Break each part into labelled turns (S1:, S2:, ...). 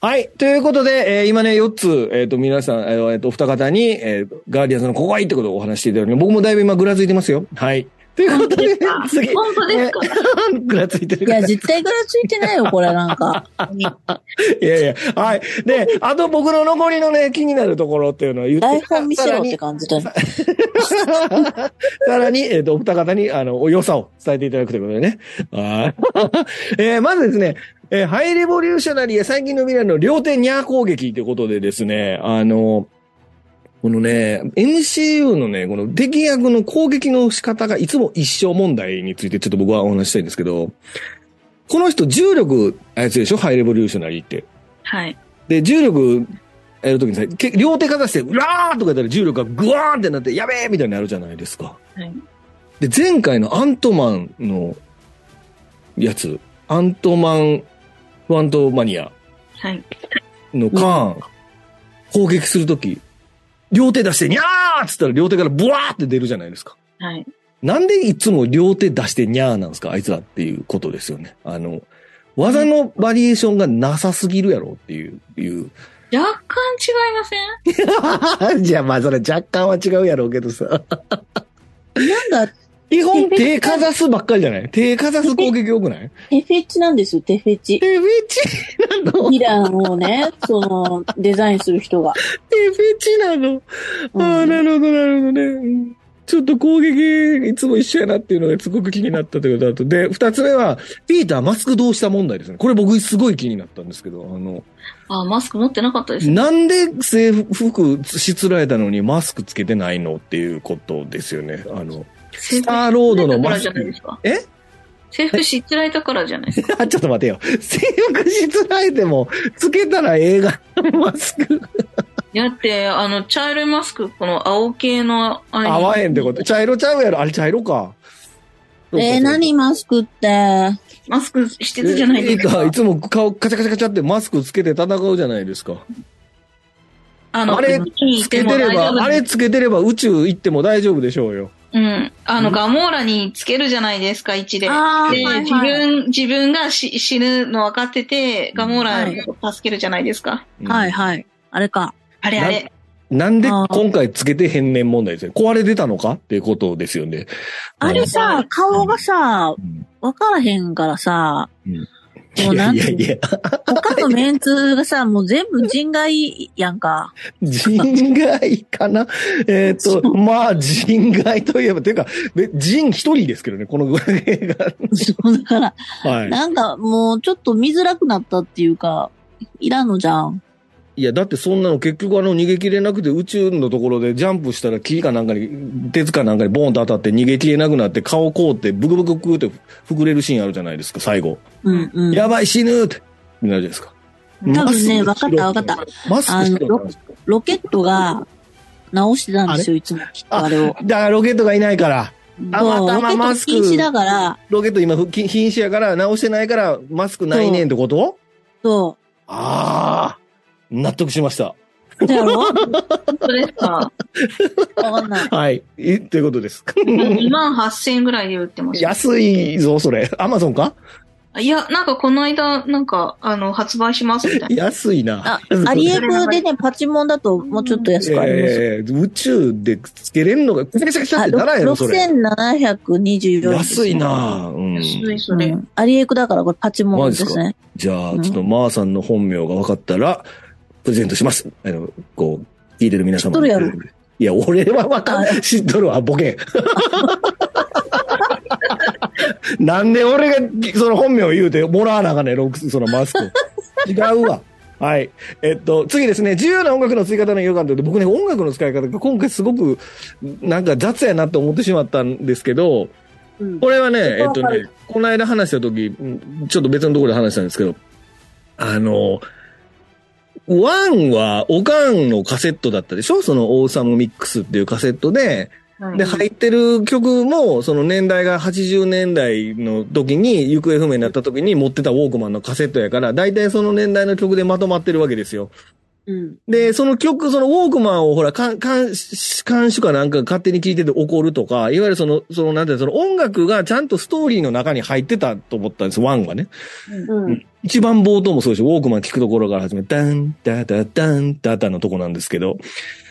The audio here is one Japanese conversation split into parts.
S1: はい。ということで、えー今ね、4つ、えっ、と、皆さん、えっ、と、お二方に、えーガーディアンズのここがいいってことをお話ししていただきます、僕もだいぶ今、ぐらついてますよ。はい。ということで、次。
S2: 本当ですか
S1: えー ぐらついてる
S3: いや、絶対ぐらついてないよ、これな んか。
S1: いやいや、はい。で、あと僕の残りのね、気になるところっていうのは言って
S3: 台本見せろって感じだね。
S1: さらに、えっ、と、お二方に、あの、お良さを伝えていただくということでね。はい えーまずですね、えーハイレボリューショナリーや最近の未来の両手ニャー攻撃ということでですね、あの、このね、MCU のね、この敵役の攻撃の仕方がいつも一生問題についてちょっと僕はお話ししたいんですけど、この人重力操るでしょハイレボリューショナリーって。
S2: はい。
S1: で、重力やるときにさ、け両手かざして、うらーとかやったら重力がグワーンってなって、やべーみたいになるじゃないですか。
S2: はい
S1: で、前回のアントマンのやつ、アントマン、ファントマニア
S2: はい。
S1: のカーン、攻撃するとき、両手出して、にゃーっつったら両手からブワーって出るじゃないですか。
S2: はい。
S1: なんでいつも両手出してにゃーなんですかあいつらっていうことですよね。あの、技のバリエーションがなさすぎるやろっていう、いう
S2: 若干違いませ ん
S1: じゃあまあそれ若干は違うやろうけどさ。
S3: なんだ、
S1: 基本手かざすばっかりじゃない手かざす攻撃多く ない
S3: 手フェチなんですよ、手フェチ。
S1: 手フェチなの
S3: イランをね、 その、デザインする人が。
S1: 手フェチなの、ああ、なるほどなるほどね。うんちょっと攻撃いつも一緒やなっていうのがすごく気になったということだと。で、二つ目は、ピーターマスクどうした問題ですね。これ僕すごい気になったんですけど、あの、
S2: あ、マスク持ってなかったです。
S1: なんで制服しつらえたのにマスクつけてないのっていうことですよね。あの、
S2: ス
S1: スターロードの
S2: か
S1: マ
S2: ら
S1: ス
S2: じゃないで
S1: ク。
S2: すか。
S1: え
S2: 制服しつらえたからじゃないですか。
S1: あ、ちょっと待てよ。制服しつらえても、つけたら映画のマスク。
S2: だって、あの、茶色いマスク、この青系のアイ
S1: 合わへんってこと。茶色ちゃうやろ。あれ茶色か。
S3: えー、何マスクって。
S2: マスクしてるじゃない
S1: で
S2: ですす
S1: か。
S2: か
S1: い。つも顔カチャカチャカチャってマスクつけて戦うじゃないですか。
S2: あの、
S1: あれ
S2: 海に行
S1: つ
S2: って
S1: け
S2: も
S1: てれ
S2: 大丈夫
S1: ば、あれつけてれば宇宙行っても大丈夫でしょうよ。
S2: うん。あの、ガモーラにつけるじゃないですか、位置で。
S3: あ
S2: で、自分、自分がし死ぬの分かってて、ガモーラを助けるじゃないですか。
S1: うん
S3: はい。はい。あれか。
S2: あれあれ。
S1: なんで
S3: あー
S1: 今回つけてへんねん問題ですね。壊れてたのかっていうことですよね。
S3: あれさ、顔がさ
S1: う、ん
S3: わからへんからさ、もう
S1: い
S3: な
S1: や
S3: ん
S1: い
S3: て
S1: やいや、
S3: 他のメンツがさ、もう全部人外やんか。
S1: 人外かなえっ、と、まあ、人外といえば、ていうか、べ人一人ですけどね、この映
S3: そうだから、
S1: 画。 はい。
S3: なんかもうちょっと見づらくなったっていうか、いらんのじゃん。
S1: いや、だってそんなの結局あの逃げ切れなくて宇宙のところでジャンプしたら木かなんかに、鉄かなんかにボーンと当たって逃げ切れなくなって顔凍ってブクブクブクって膨れるシーンあるじゃないですか、最後。
S3: うんうん。
S1: やばい死ぬってなるじゃないですか。
S3: 多分ね、わ
S1: マス
S3: かっ
S1: ク
S3: たわかった。。
S1: マスクしてた
S3: あのロロケットが直してたんですよ、いつもきっとあれを。
S1: だからロケットがいないから、あ
S3: そう
S1: 頭
S3: ロケッ
S1: マ
S3: ト
S1: スク
S3: 禁止だから、
S1: ロケット今ふ禁禁止やから直してないからマスクないねんってこと
S3: そ
S1: ああ、納得しました。
S3: う。だろわ
S2: 本当です か。
S3: かんない。
S1: はい。いということです。
S2: 2万8000円ぐらいで売ってました。
S1: 安いぞ、それ。アマゾンか
S2: いや、なんかこの間、なんか、あの、発売しますみたいな。
S1: 安いな
S3: あ。、アリエフでね、パチモンだともうちょっと安くあります。
S1: えー宇宙でつけれんのが、くちゃくちゃくちゃ
S3: あ
S1: ってならへんのそれ。
S3: 6724円。
S1: 安いなうん。
S2: 安いそうれ。
S3: ん。アリエクだからこれパチモンですね。
S1: じゃあ、ちょっと、まーさんの本名が分かったら、プレゼントします。あの、こう、聞いてる皆様に
S3: 知っとるやろ
S1: いや、俺は分かん、知っとるわ、ボケ。 なんで俺が、その本名を言うて、もらわなあかんねんロックスそのマスク。違うわ。はい。えっと、次ですね。自由な音楽の追加の予感ということで、僕ね、音楽の使い方が今回すごく、なんか雑やなって思ってしまったんですけど、
S3: うん
S1: これはね、えっ
S3: わ
S1: と
S3: かる
S1: ね、この間話した時、うんちょっと別のところで話したんですけど、あの、ワンは、オカンのカセットだったでしょその、オーサムミックスっていうカセットで、
S2: はい
S1: で、入ってる曲も、その年代が80年代の時に、行方不明になった時に持ってたウォークマンのカセットやから、大体その年代の曲でまとまってるわけですよ。
S3: うん。
S1: で、その曲、そのウォークマンをほら、監、監、監視かなんか勝手に聴いてて怒るとか、いわゆるその、その、なんていうのその音楽がちゃんとストーリーの中に入ってたと思ったんです、ワンがね。
S3: うん。
S1: 一番冒頭もそうですし、ウォークマン聞くところから始め、ダン、ダダダン、ダダのとこなんですけど、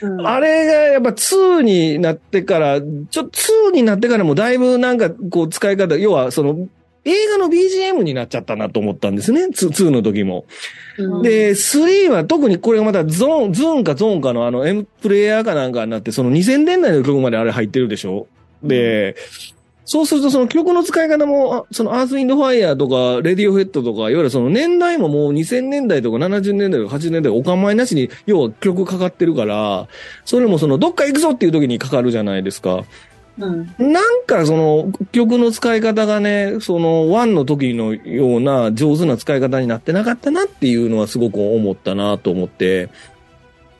S3: うん
S1: あれがやっぱ2になってから、ちょっと2になってからもだいぶなんかこう使い方、要はその映画の BGM になっちゃったなと思ったんですね、2, 2の時も。
S3: うん
S1: で、3は特にこれがまたゾーン、ズーンかゾーンかのあの M プレイヤーかなんかになって、その2000年代の曲まであれ入ってるでしょで、そうするとその曲の使い方も、あそのアースウィンドファイヤーとか、レディオヘッドとか、いわゆるその年代ももう2000年代とか70年代とか80年代お構いなしに、要は曲かかってるから、それもそのどっか行くぞっていう時にかかるじゃないですか。
S3: うん。
S1: なんかその曲の使い方がね、そのワンの時のような上手な使い方になってなかったなっていうのはすごく思ったなと思って。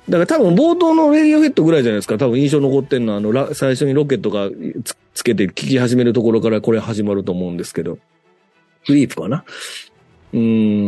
S1: だから多分冒頭のレディオヘッドぐらいじゃないですか。多分印象残ってんのは、あの、ラ最初にロケットがつつけて聴き始めるところからこれ始まると思うんですけど。クリープかなうー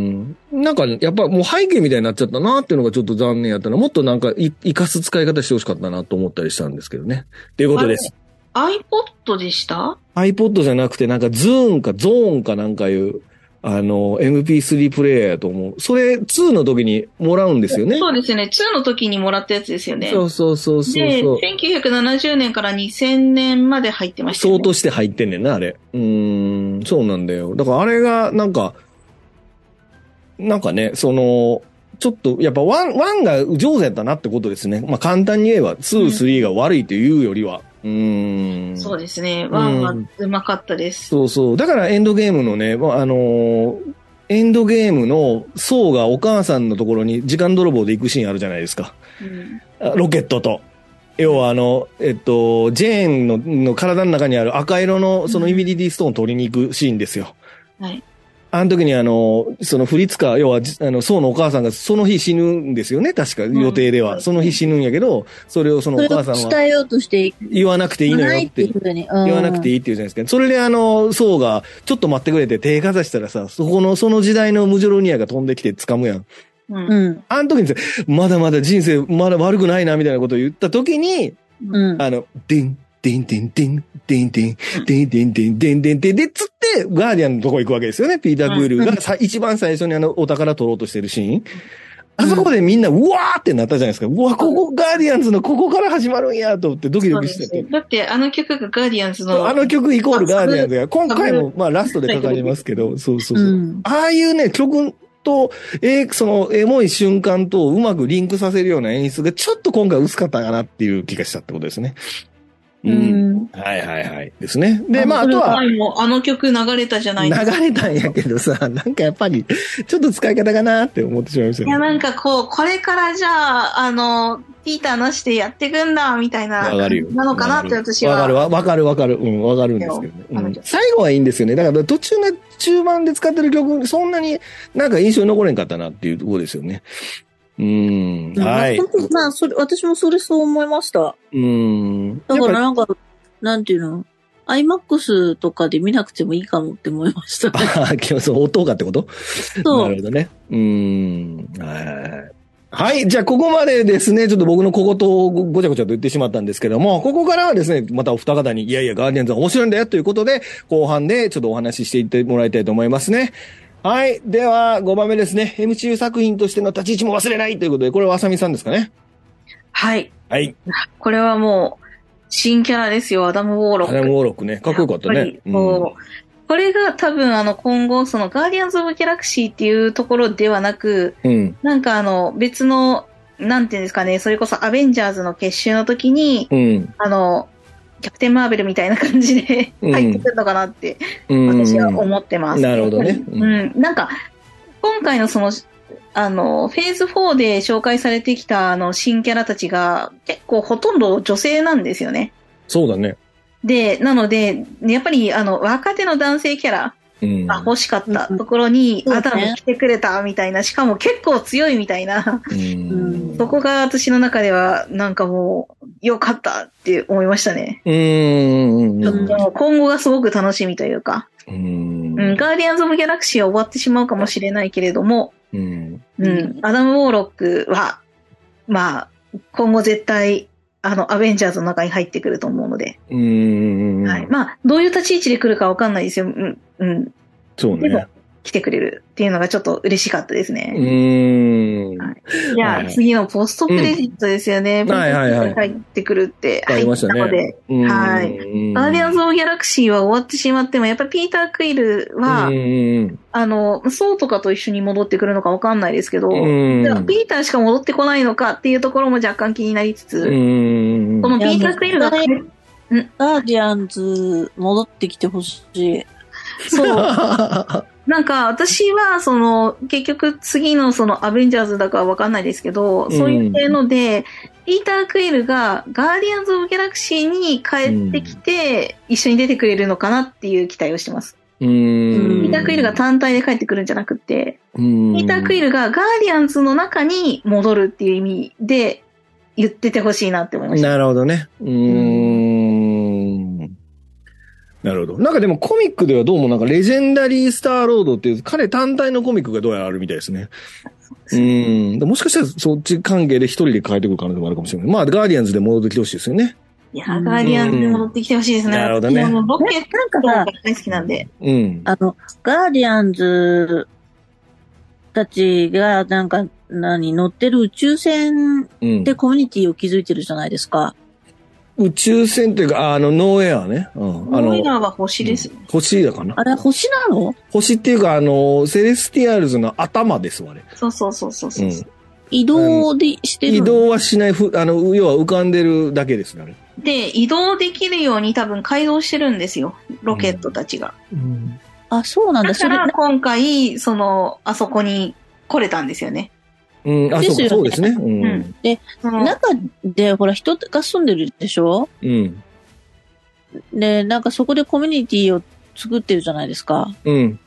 S1: ん。なんか、やっぱもう背景みたいになっちゃったなっていうのがちょっと残念やったな。もっとなんかい、生かす使い方してほしかったなと思ったりしたんですけどね。っていうことです。
S2: iPod でした
S1: iPod じゃなくて、なんかズーンかゾーンかなんかいう、あの、MP3 プレイヤーやと思う。それ、2の時にもらうんですよね。
S2: そうですね。2の時にもらったやつですよね。
S1: そうそうそうそう
S2: で、
S1: そう。
S2: 1970年から2000年まで入ってました
S1: 相
S2: よね。
S1: 当して入ってんねんな、あれ。うーん、そうなんだよ。だからあれが、なんか、なんかね、その、ちょっと、やっぱワン、ワンが上手やったなってことですね。まあ簡単に言えば、ツー、スリーが悪いというよりは。うーん。
S2: そうですね。ワンは
S1: うん
S2: うまかったです。
S1: そうそう。だからエンドゲームのね、まあ、あのーエンドゲームの層がお母さんのところに時間泥棒で行くシーンあるじゃないですか。
S2: うん
S1: あロケットと。要はあの、えっと、ジェーンのの体の中にある赤色のそのイビリティストーンを取りに行くシーンですよ。
S2: はい。
S1: あの時にあの、そのフリツカ、要はじ、あの、層のお母さんがその日死ぬんですよね、確か
S2: ん
S1: 予定では。その日死ぬんやけど、それをその
S3: そ
S1: お
S3: れ
S1: 母
S3: を
S1: さんは
S3: 伝えようとして、
S1: 言わなくていいの
S3: な
S1: よ
S3: い
S1: っ
S3: ってていうふうに。言
S1: 言わなくて
S3: い
S1: いいっていうじゃないですか。それであの、層が、ちょっと待ってくれて手かざしたらさ、そこの、その時代のムジョロニアが飛んできて掴むやん。
S2: う。
S3: うんん。
S1: あの時にさ、まだまだ人生、まだ悪くないな、みたいなことを言った時に、
S3: うん。
S1: あの、ディン、ディン、ディン、ディン、ディン、ディン、ディン、ディン、ディン、ディン、ディン、ディン、で、つって、ガーディアンのとこ行くわけですよね。ピーター・クイルがさ、一番最初にあの、お宝取ろうとしてるシーン。あそこでみんな、うわーってなったじゃないですか。うわ、ここ、ガーディアンズのここから始まるんや、と思ってドキドキしてて。
S2: だって、あの曲がガーディアンズ
S1: そう
S2: の。
S1: あの曲イコールガーディアンズが、今
S2: ブ
S1: 回もまあラストでかかりますけど、そうそう
S3: う
S1: そう。
S3: ん。
S1: ああいうね、曲と、えーその、エモい瞬間とうまくリンクさせるような演出がちょっと今回薄かったかなっていう気がしたってことですね。う。
S3: うんん。
S1: はいはいはい。ですね。で、まああ
S2: それ
S1: とは、
S2: 前もあの曲流れたじゃないですか。
S1: 流れたんやけどさ、なんかやっぱり、ちょっと使い方かなって思ってしまいまし
S2: いや、
S1: たね。
S2: なんかこう、これからじゃあ、あの、ピーターなしでやっていくんだ、みたいな。
S1: わかるよ。
S2: なのかなって私は。
S1: わかるわ、わかるわかる。うん、わかるんですけどね。
S2: あ
S1: う
S2: の
S1: ん最後はいいんですよね。だから途中の中盤で使ってる曲、そんなになんか印象に残れんかったなっていうところですよね。うん。はい。
S3: まあ本当まあ、それ、私もそれそう思いました。
S1: うん。
S3: だから
S1: やっ
S3: なんか、なんていうの ?iMAX とかで見なくてもいいかもって思いました。
S1: ぱり、 ああ、今日そう、音がってこと
S3: そ
S1: なる
S3: う。
S1: ほどね。うん。はい。はい。じゃあ、ここまでですね、ちょっと僕の小言をごごちゃごちゃと言ってしまったんですけども、ここからはですね、またお二方に、いやいや、ガーディアンズは面白いんだよということで、後半でちょっとお話ししていってもらいたいと思いますね。はい。では、5番目ですね。MCU 作品としての立ち位置も忘れないということで、これはあさみさんですかね。
S2: はい。
S1: はい。
S2: これはもう、新キャラですよ、アダム・ウォーロッ
S1: ア
S2: ク。
S1: ダム・ウォーロックね。かっこよかった
S2: やっぱ
S1: ね
S2: り。こうこれが多分あの今後、そのガーディアンズ・オブ・ギャラクシーっていうところではなく、
S1: うん。うん。
S2: なんかあの別の、なんていうんですかね、それこそアベンジャーズの結集の時に、
S1: うん。
S2: あの、キャプテン・マーベルみたいな感じで
S1: うん
S2: 入ってくるのかなって
S1: うん。
S2: 私は思ってます。
S1: なるほどね
S2: うん。うんなんか、今回のその、あの、フェーズ4で紹介されてきたあの新キャラたちが結構ほとんど女性なんですよね。
S1: そうだね。
S2: で、なので、やっぱりあの若手の男性キャラ
S1: うん。
S2: が欲しかったところに、
S3: うん
S2: アダム来てくれたみたいな、しかも結構強いみたいな、
S1: うん
S2: そこが私の中ではなんかもう良かったって思いましたね。
S1: うんうん
S2: ち
S1: う
S2: ょ
S1: ん
S2: っと今後がすごく楽しみというか、
S1: うん。
S2: うん、ガーディアンズ・オブ・ギャラクシーは終わってしまうかもしれないけれども、
S1: うん。
S2: うん、アダム・ウォーロックはまあ、今後絶対、あの、アベンジャーズの中に入ってくると思うので。
S1: うーん。
S2: はい。まあ、どういう立ち位置で来るかわかんないですよ。うん、うん。
S1: そう
S2: でも
S1: ね。、
S2: 来てくれるっていうのがちょっと嬉しかったです
S1: う
S2: ね。
S1: ーん。
S2: は
S1: わ
S2: いじゃ
S1: は
S2: あ、
S1: い
S2: 次のポストクレジットですよね。
S1: んはいはいはい
S2: 入ってくるって。
S1: かりました
S2: 入ったので
S1: ね。うん
S2: はいガーディアンズ・オブ・ギャラクシーは終わってしまっても、やっぱりピーター・クイルは、
S1: うん
S2: あの、ソウとかと一緒に戻ってくるのかわかんないですけど、
S1: うん
S2: じゃあピーターしか戻ってこないのかっていうところも若干気になりつつ、
S1: うん。
S2: このピーター・クイルが、
S3: いやガーディアンズ戻ってきてほしい。
S2: そう、なんか私は、その、結局次のそのアベンジャーズだかわかんないですけど、そういう系ので、ピーター・クイルがガーディアンズ・オブ・ギャラクシーに帰ってきて、一緒に出てくれるのかなっていう期待をしてます。
S1: うん。
S2: ピーター・クイルが単体で帰ってくるんじゃなくて、
S1: うん、
S2: ピーター・クイルがガーディアンズの中に戻るっていう意味で言っててほしいなって思いました。
S1: なるほどね。うーん。なるほど。なんかでもコミックではどうもなんかレジェンダリー・スター・ロードっていう彼単体のコミックがどうやらあるみたいですね。うーん。もしかしたらそっち関係で一人で変えてくる可能性もあるかもしれない。まあ、ガーディアンズで戻ってきてほしいですよね。
S2: いやー、ガーディアンズに戻ってきてほしいですね。
S1: うんなるほどね
S2: いやもうロケット
S3: なんか
S2: が
S3: さ、
S2: 大好きなんで。
S1: うん。
S3: あの、ガーディアンズたちが、なんか、何、乗ってる宇宙船
S1: うん、
S3: でコミュニティを築いてるじゃないですか。
S1: 宇宙船というか、あの、ノーエアね。うん。あ
S2: ノ
S1: の
S2: イ、ラーは星ですよ。
S1: 星だかな。
S3: あれ、星なの
S1: 星っていうか、あの、セレスティアルズの頭ですわね。
S2: そうそうそうそう
S1: う
S2: そう、
S1: ん。
S3: 移動でしてる
S1: 移
S3: の
S1: 動はしない、ふあの、要は浮かんでるだけですね。あれ
S2: で、移動できるように多分改造してるんですよ。ロケットたちが。
S3: あ、そうなんだ。
S2: だ
S3: そ
S2: か
S3: れ、
S2: ら今回、その、あそこに来れたんですよね。
S1: うん、あ、そう
S3: で
S1: か、
S3: すよね
S1: そうですね。うん。
S2: うんその
S3: 中で、ほら、人が住んでるでしょ
S1: うん。
S3: で、なんかそこでコミュニティを作ってるじゃないですか。
S1: うん。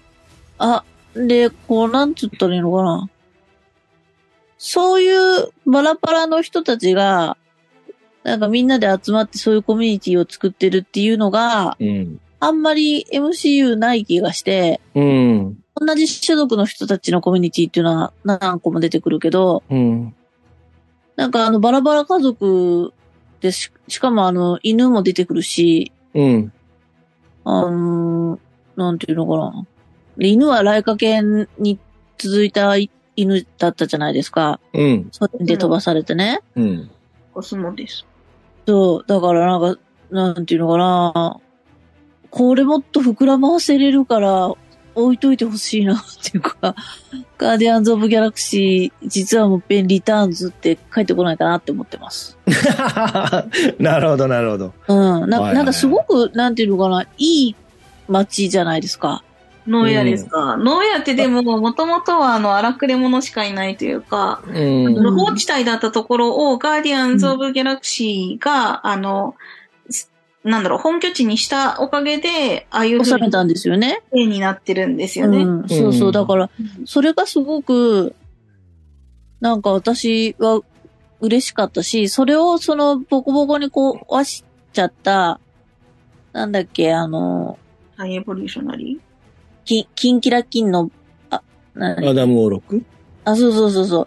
S3: あ、で、こう、なんつったらいいのかな。そういうバラバラの人たちが、なんかみんなで集まってそういうコミュニティを作ってるっていうのが、
S1: うん。
S3: あんまり MCU ない気がして、
S1: うん。
S3: 同じ種族の人たちのコミュニティっていうのは何個も出てくるけど、
S1: うん。
S3: なんかあのバラバラ家族でし、しかもあの犬も出てくるし、
S1: うん。
S3: あのーなんていうのかな。で犬はライカ犬に続いたい犬だったじゃないですか。
S1: うん。
S3: それで飛ばされてね。
S1: うん。
S2: コスモです。
S3: そう、だからなんか、なんていうのかな。これもっと膨らませれるから、置いといてほしいなっていうか、ガーディアンズ・オブ・ギャラクシー、実はもうペンリターンズって帰ってこないかなって思ってます。
S1: なるほど、なるほど。
S3: うん。
S1: はいはいは
S3: な、
S1: い
S3: なんかすごく、なんていうのかな、いい街じゃないですか。
S2: ノーエアですか。ノーエアってでも、もともとはあの、荒くれ者しかいないというか、
S1: うん。
S2: 無法地帯だったところをガーディアンズ・オブ・ギャラクシーが、あの、すなんだろう、本拠地にしたおかげで、ああいう
S3: 収
S2: 風
S3: めたんですよね。
S2: にになってるんですよ
S3: う
S2: ね。
S3: ん。そうそうう。
S1: ん
S3: だから、それがすごく、なんか私は嬉しかったし、それをそのボコボコにこう、壊しちゃった、なんだっけ、あの、
S2: ハイエボリューショナリ
S3: キンキンキラキンの、あ、
S1: ア
S3: な
S1: ダム・オロク
S3: あ、そうそうそうそ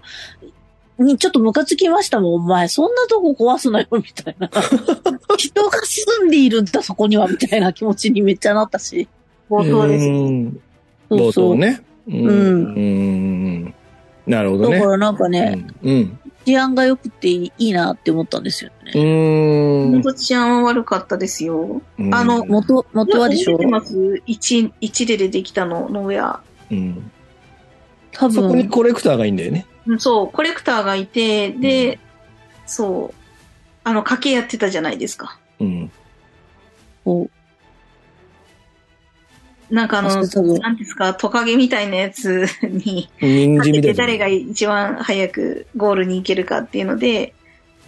S3: う。にちょっとムカつきましたもん、お前。そんなとこ壊すなよ、みた いな。人が住んでいるんだ、そこには、みたいな気持ちにめっちゃなったし。
S2: ー。冒頭です。
S1: うん。
S3: そ
S1: 冒
S3: うそ
S1: 頭
S3: う。
S1: ね。うん
S3: うん
S1: うん。なるほど
S3: だ
S1: ね
S3: か。らなんかね、
S1: うん。
S3: 治安が良くていいなって思ったんですよ
S1: う
S3: ね。
S1: ん。う
S2: 本当治安は悪かったですよ。
S1: ん
S2: あの
S3: 元、元はでしょ
S2: 覚えてます ?1、一で出てきたの、ノーエア。
S1: うん
S3: 多
S1: そこに
S3: 分、
S1: コレクターがいいんだよね。
S2: うんそう、コレクターがいて、で、そう、あの、賭けやってたじゃないですか。
S1: うん。
S3: こう、
S2: なんかあの、
S3: そうそうそう
S2: なんですか、トカゲみたいなやつ に、
S1: 人
S2: か
S1: 参
S2: け
S1: みた
S2: て
S1: いな。
S2: 誰が一番早くゴールに行けるかっていうので、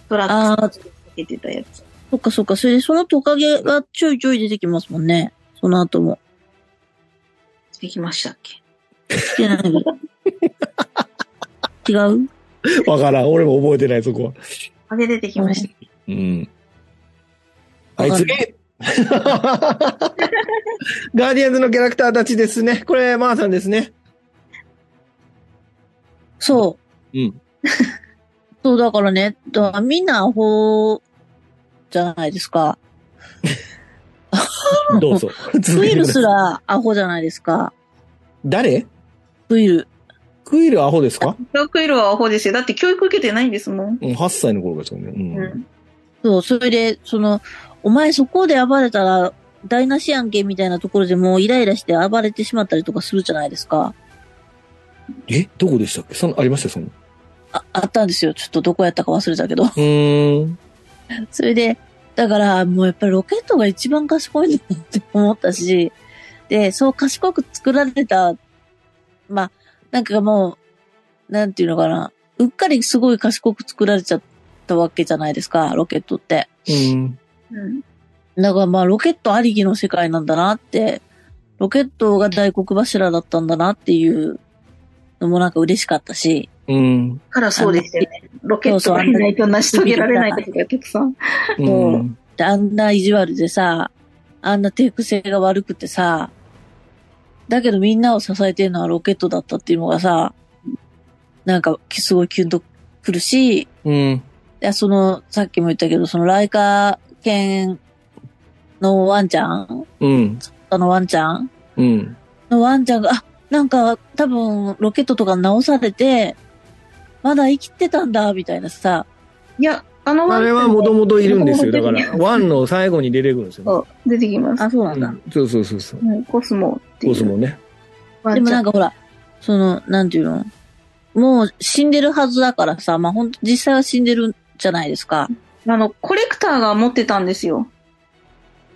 S2: トラッ
S3: あ
S2: ク
S3: あ
S2: ス、かけてたやつ。
S3: そっかそっか。それでそのトカゲがちょいちょい出てきますもんね。その後も。
S2: できましたっけ
S3: してないけ ど違う
S1: わからん。俺も覚えてない、そこは。
S2: あげ出てきました。
S1: うん。は
S3: わ
S1: い、
S3: かん
S1: 次
S3: な
S1: ガーディアンズのキャラクターたちですね。これ、マーさんですね。
S3: そ
S1: うん。
S3: そう、だからね、だからみんなアホじゃないですか。
S1: どうぞ。
S3: クイルすらアホじゃないですか。
S1: 誰
S3: クイル。
S1: クイルアホですか、
S2: クイルはアホですよ。だって教育受けてないんですもん。
S1: うん、?8 歳の頃ですよね。うん
S2: うん
S3: そう、それで、その、お前そこで暴れたら台無しやんけみたいなところでもうイライラして暴れてしまったりとかするじゃないですか。
S1: えどこでしたっけそのありましたその。
S3: あ、あったんですよ。ちょっとどこやったか忘れたけど。
S1: うーん。
S3: それで、だからもうやっぱりロケットが一番賢いんだなって思ったし、で、そう賢く作られた、まあ、なんかもう、なんていうのかな、うっかりすごい賢く作られちゃったわけじゃないですか、ロケットって。
S1: うん。
S2: うん。
S3: だからまあロケットありきの世界なんだなって、ロケットが大黒柱だったんだなっていうのもなんか嬉しかったし、
S1: うん。
S2: だからそうですよね。ロケット
S3: そうそう
S2: がいないと成し遂げられないことがたくさん。
S1: う。
S3: うんであんな意地悪でさ、あんな手癖が悪くてさ、だけどみんなを支えてるのはロケットだったっていうのがさ、なんかすごいキュンとくるし、い
S1: うん。
S3: やその、さっきも言ったけど、そのライカ犬のワンちゃん
S1: うん。
S3: あのワンちゃん
S1: うん。
S3: のワンちゃんが、あ、なんか多分ロケットとか直されて、まだ生きてたんだ、みたいなさ。
S2: いや、あの
S1: あれはもともといるん ですよ。だから、ワンの最後に出てくるんですよ。
S2: そう出てきます。
S3: あ、そうな
S1: うん
S3: だ。
S1: んそうそうそうそう。
S2: うんコスモっていう。
S1: コスモね。
S2: ワンち
S3: で
S2: ゃ
S3: もな
S2: ん。
S3: んかほら、その、なんていうのもう死んでるはずだからさ、まあ、ほんと実際は死んでるじゃないですか。
S2: あの、コレクターが持ってたんですよ。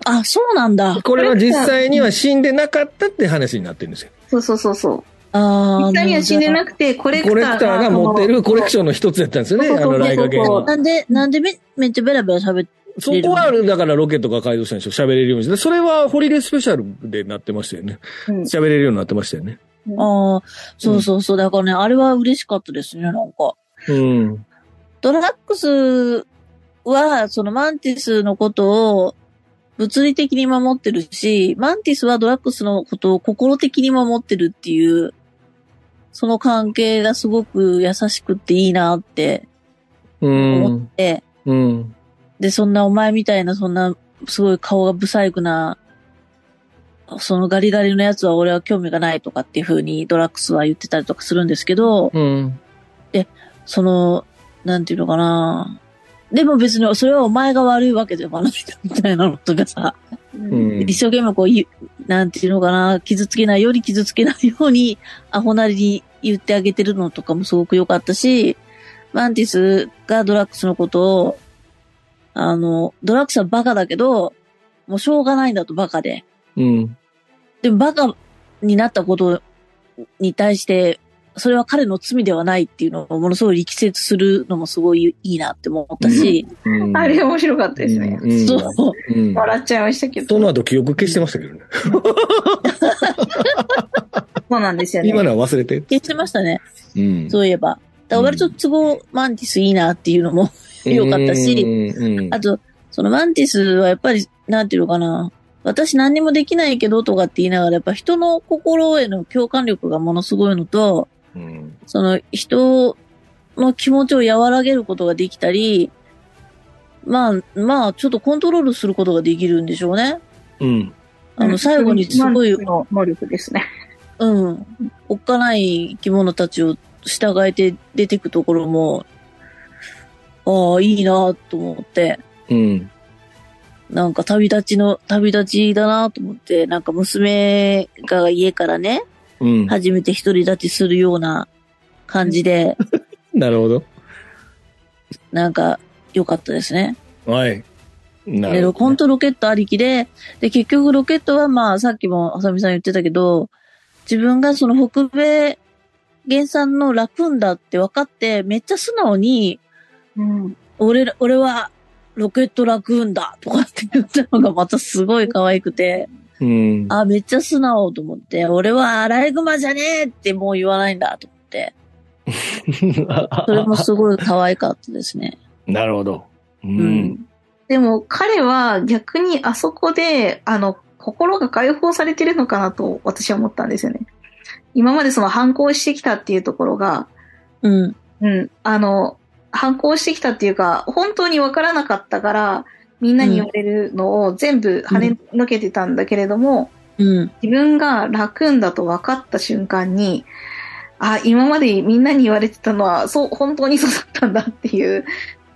S3: あ、そうなんだ。
S1: これは実際には死んでなかったって話になってるんですよ。
S2: そうそうそうそう。
S3: あー
S2: 実際には死んで
S3: な
S2: なくて、コレク
S1: コ
S2: ター
S1: レ
S2: が
S1: クターが持ってるコレクションの一つやったんですよね。
S2: そう
S1: あ
S2: そうそう
S1: の、ライカ系
S2: そ
S1: の
S2: う。
S3: んで、なんでめめっちゃベラベラ喋って、
S1: そこは、だからロケットが改造したんでしょ。喋れるようにして。それは、ホリデースペシャルでなってましたよね。
S2: うん
S1: 喋れるようになってましたよね。
S3: ああ、そうそうそう。だからね、あれは嬉しかったですね、なんか。
S1: うん。
S3: ドラックスは、そのマンティスのことを物理的に守ってるし、マンティスはドラックスのことを心的に守ってるっていう、その関係がすごく優しくっていいなって
S1: う
S3: 思っ
S1: ん。
S3: て、
S1: うん。
S3: で、そんなお前みたいな、そんなすごい顔が不細工な、そのガリガリのやつは俺は興味がないとかっていう風にドラックスは言ってたりとかするんですけど、
S1: うん。
S3: その、なんていうのかな。でも別にそれはお前が悪いわけではないみたいなのとかさ、
S2: うん
S1: うん
S3: 一生懸命こうい、なんていうのかな、傷つけないように傷つけないように、アホなりに言ってあげてるのとかもすごく良かったし、マンティスがドラックスのことを、あの、ドラックスはバカだけど、もうしょうがないんだとバカで。
S1: うん。
S3: でもバカになったことに対して、それは彼の罪ではないっていうのをものすごい力説するのもすごいいいなって思ったし、
S1: うん
S2: あれ面白かったですね。
S1: うん
S3: そう。
S1: うん
S2: 笑っちゃいましたけど。
S1: その後記憶消してましたけどね。
S2: そうなんですよね。
S1: 今のは忘れて。
S3: 消してましたね、
S1: うん
S3: そういえば。だから割と都合マンティスいいなっていうのも良かったし、
S1: うんうん
S3: あと、そのマンティスはやっぱり、なんていうのかな、私何にもできないけどとかって言いながら、やっぱ人の心への共感力がものすごいのと、
S1: うん
S3: その人の気持ちを和らげることができたり、まあ、まあ、ちょっとコントロールすることができるんでしょうね。
S1: うん。
S3: あの、最後にすごい、
S2: マンティスの能力ですね。
S3: うん、おっかない生き物たちを従えて出てくところも、ああ、いいなと思って、
S1: うん。
S3: なんか旅立ちの、旅立ちだなと思って、なんか娘が家からね、
S1: うん。
S3: 初めて独り立ちするような感じで、
S1: なるほど。
S3: なんか良かったですね。
S1: はい。な
S3: で、
S1: る
S3: コ
S1: ほ
S3: ン
S1: ど。
S3: トロケットありきで、で、結局ロケットはまあ、さっきもあさみさん言ってたけど、自分がその北米原産のラクーンだって分かって、めっちゃ素直に、
S2: うん。
S3: 俺ら、俺はロケットラクーンだとかって言ったのがまたすごい可愛くて、
S1: うん。
S3: あ、めっちゃ素直と思って、俺はアライグマじゃねえってもう言わないんだと思って、それもすごい可愛かったですね。
S1: なるほど。う。
S3: うんん。
S2: でも彼は逆にあそこで、あの、心が解放されてるのかなと私は思ったんですよね。今までその反抗してきたっていうところが、
S3: うん。
S2: うん、あの、反抗してきたっていうか、本当にわからなかったから、みんなに言われるのを全部跳ねのけてたんだけれども、
S3: うん。
S2: 自分が楽んだと分かった瞬間に、あ、今までみんなに言われてたのは、そう、本当にそうだったんだっていう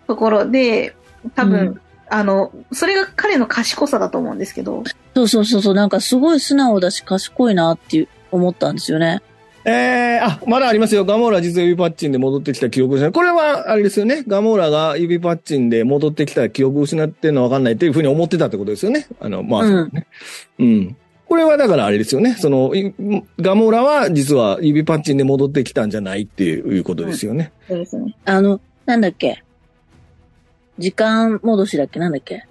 S2: ところで、多分、
S3: うん
S2: あの、それが彼の賢さだと思うんですけど、
S3: そうそうそうそう、なんかすごい素直だし賢いなっていう思ったんですよね。
S1: えー、あ、まだありますよ。ガモーラ実は指パッチンで戻ってきた記憶を失う。これは、あれですよね。ガモーラが指パッチンで戻ってきた記憶を失ってんのわかんないっていうふうに思ってたってことですよね。あの、まあ、
S3: うん
S1: ねうん。これはだからあれですよね。その、いガモーラは実は指パッチンで戻ってきたんじゃないっていうことですよね。
S2: そうですね。
S3: あの、なんだっけ時間戻しだっけなんだっけ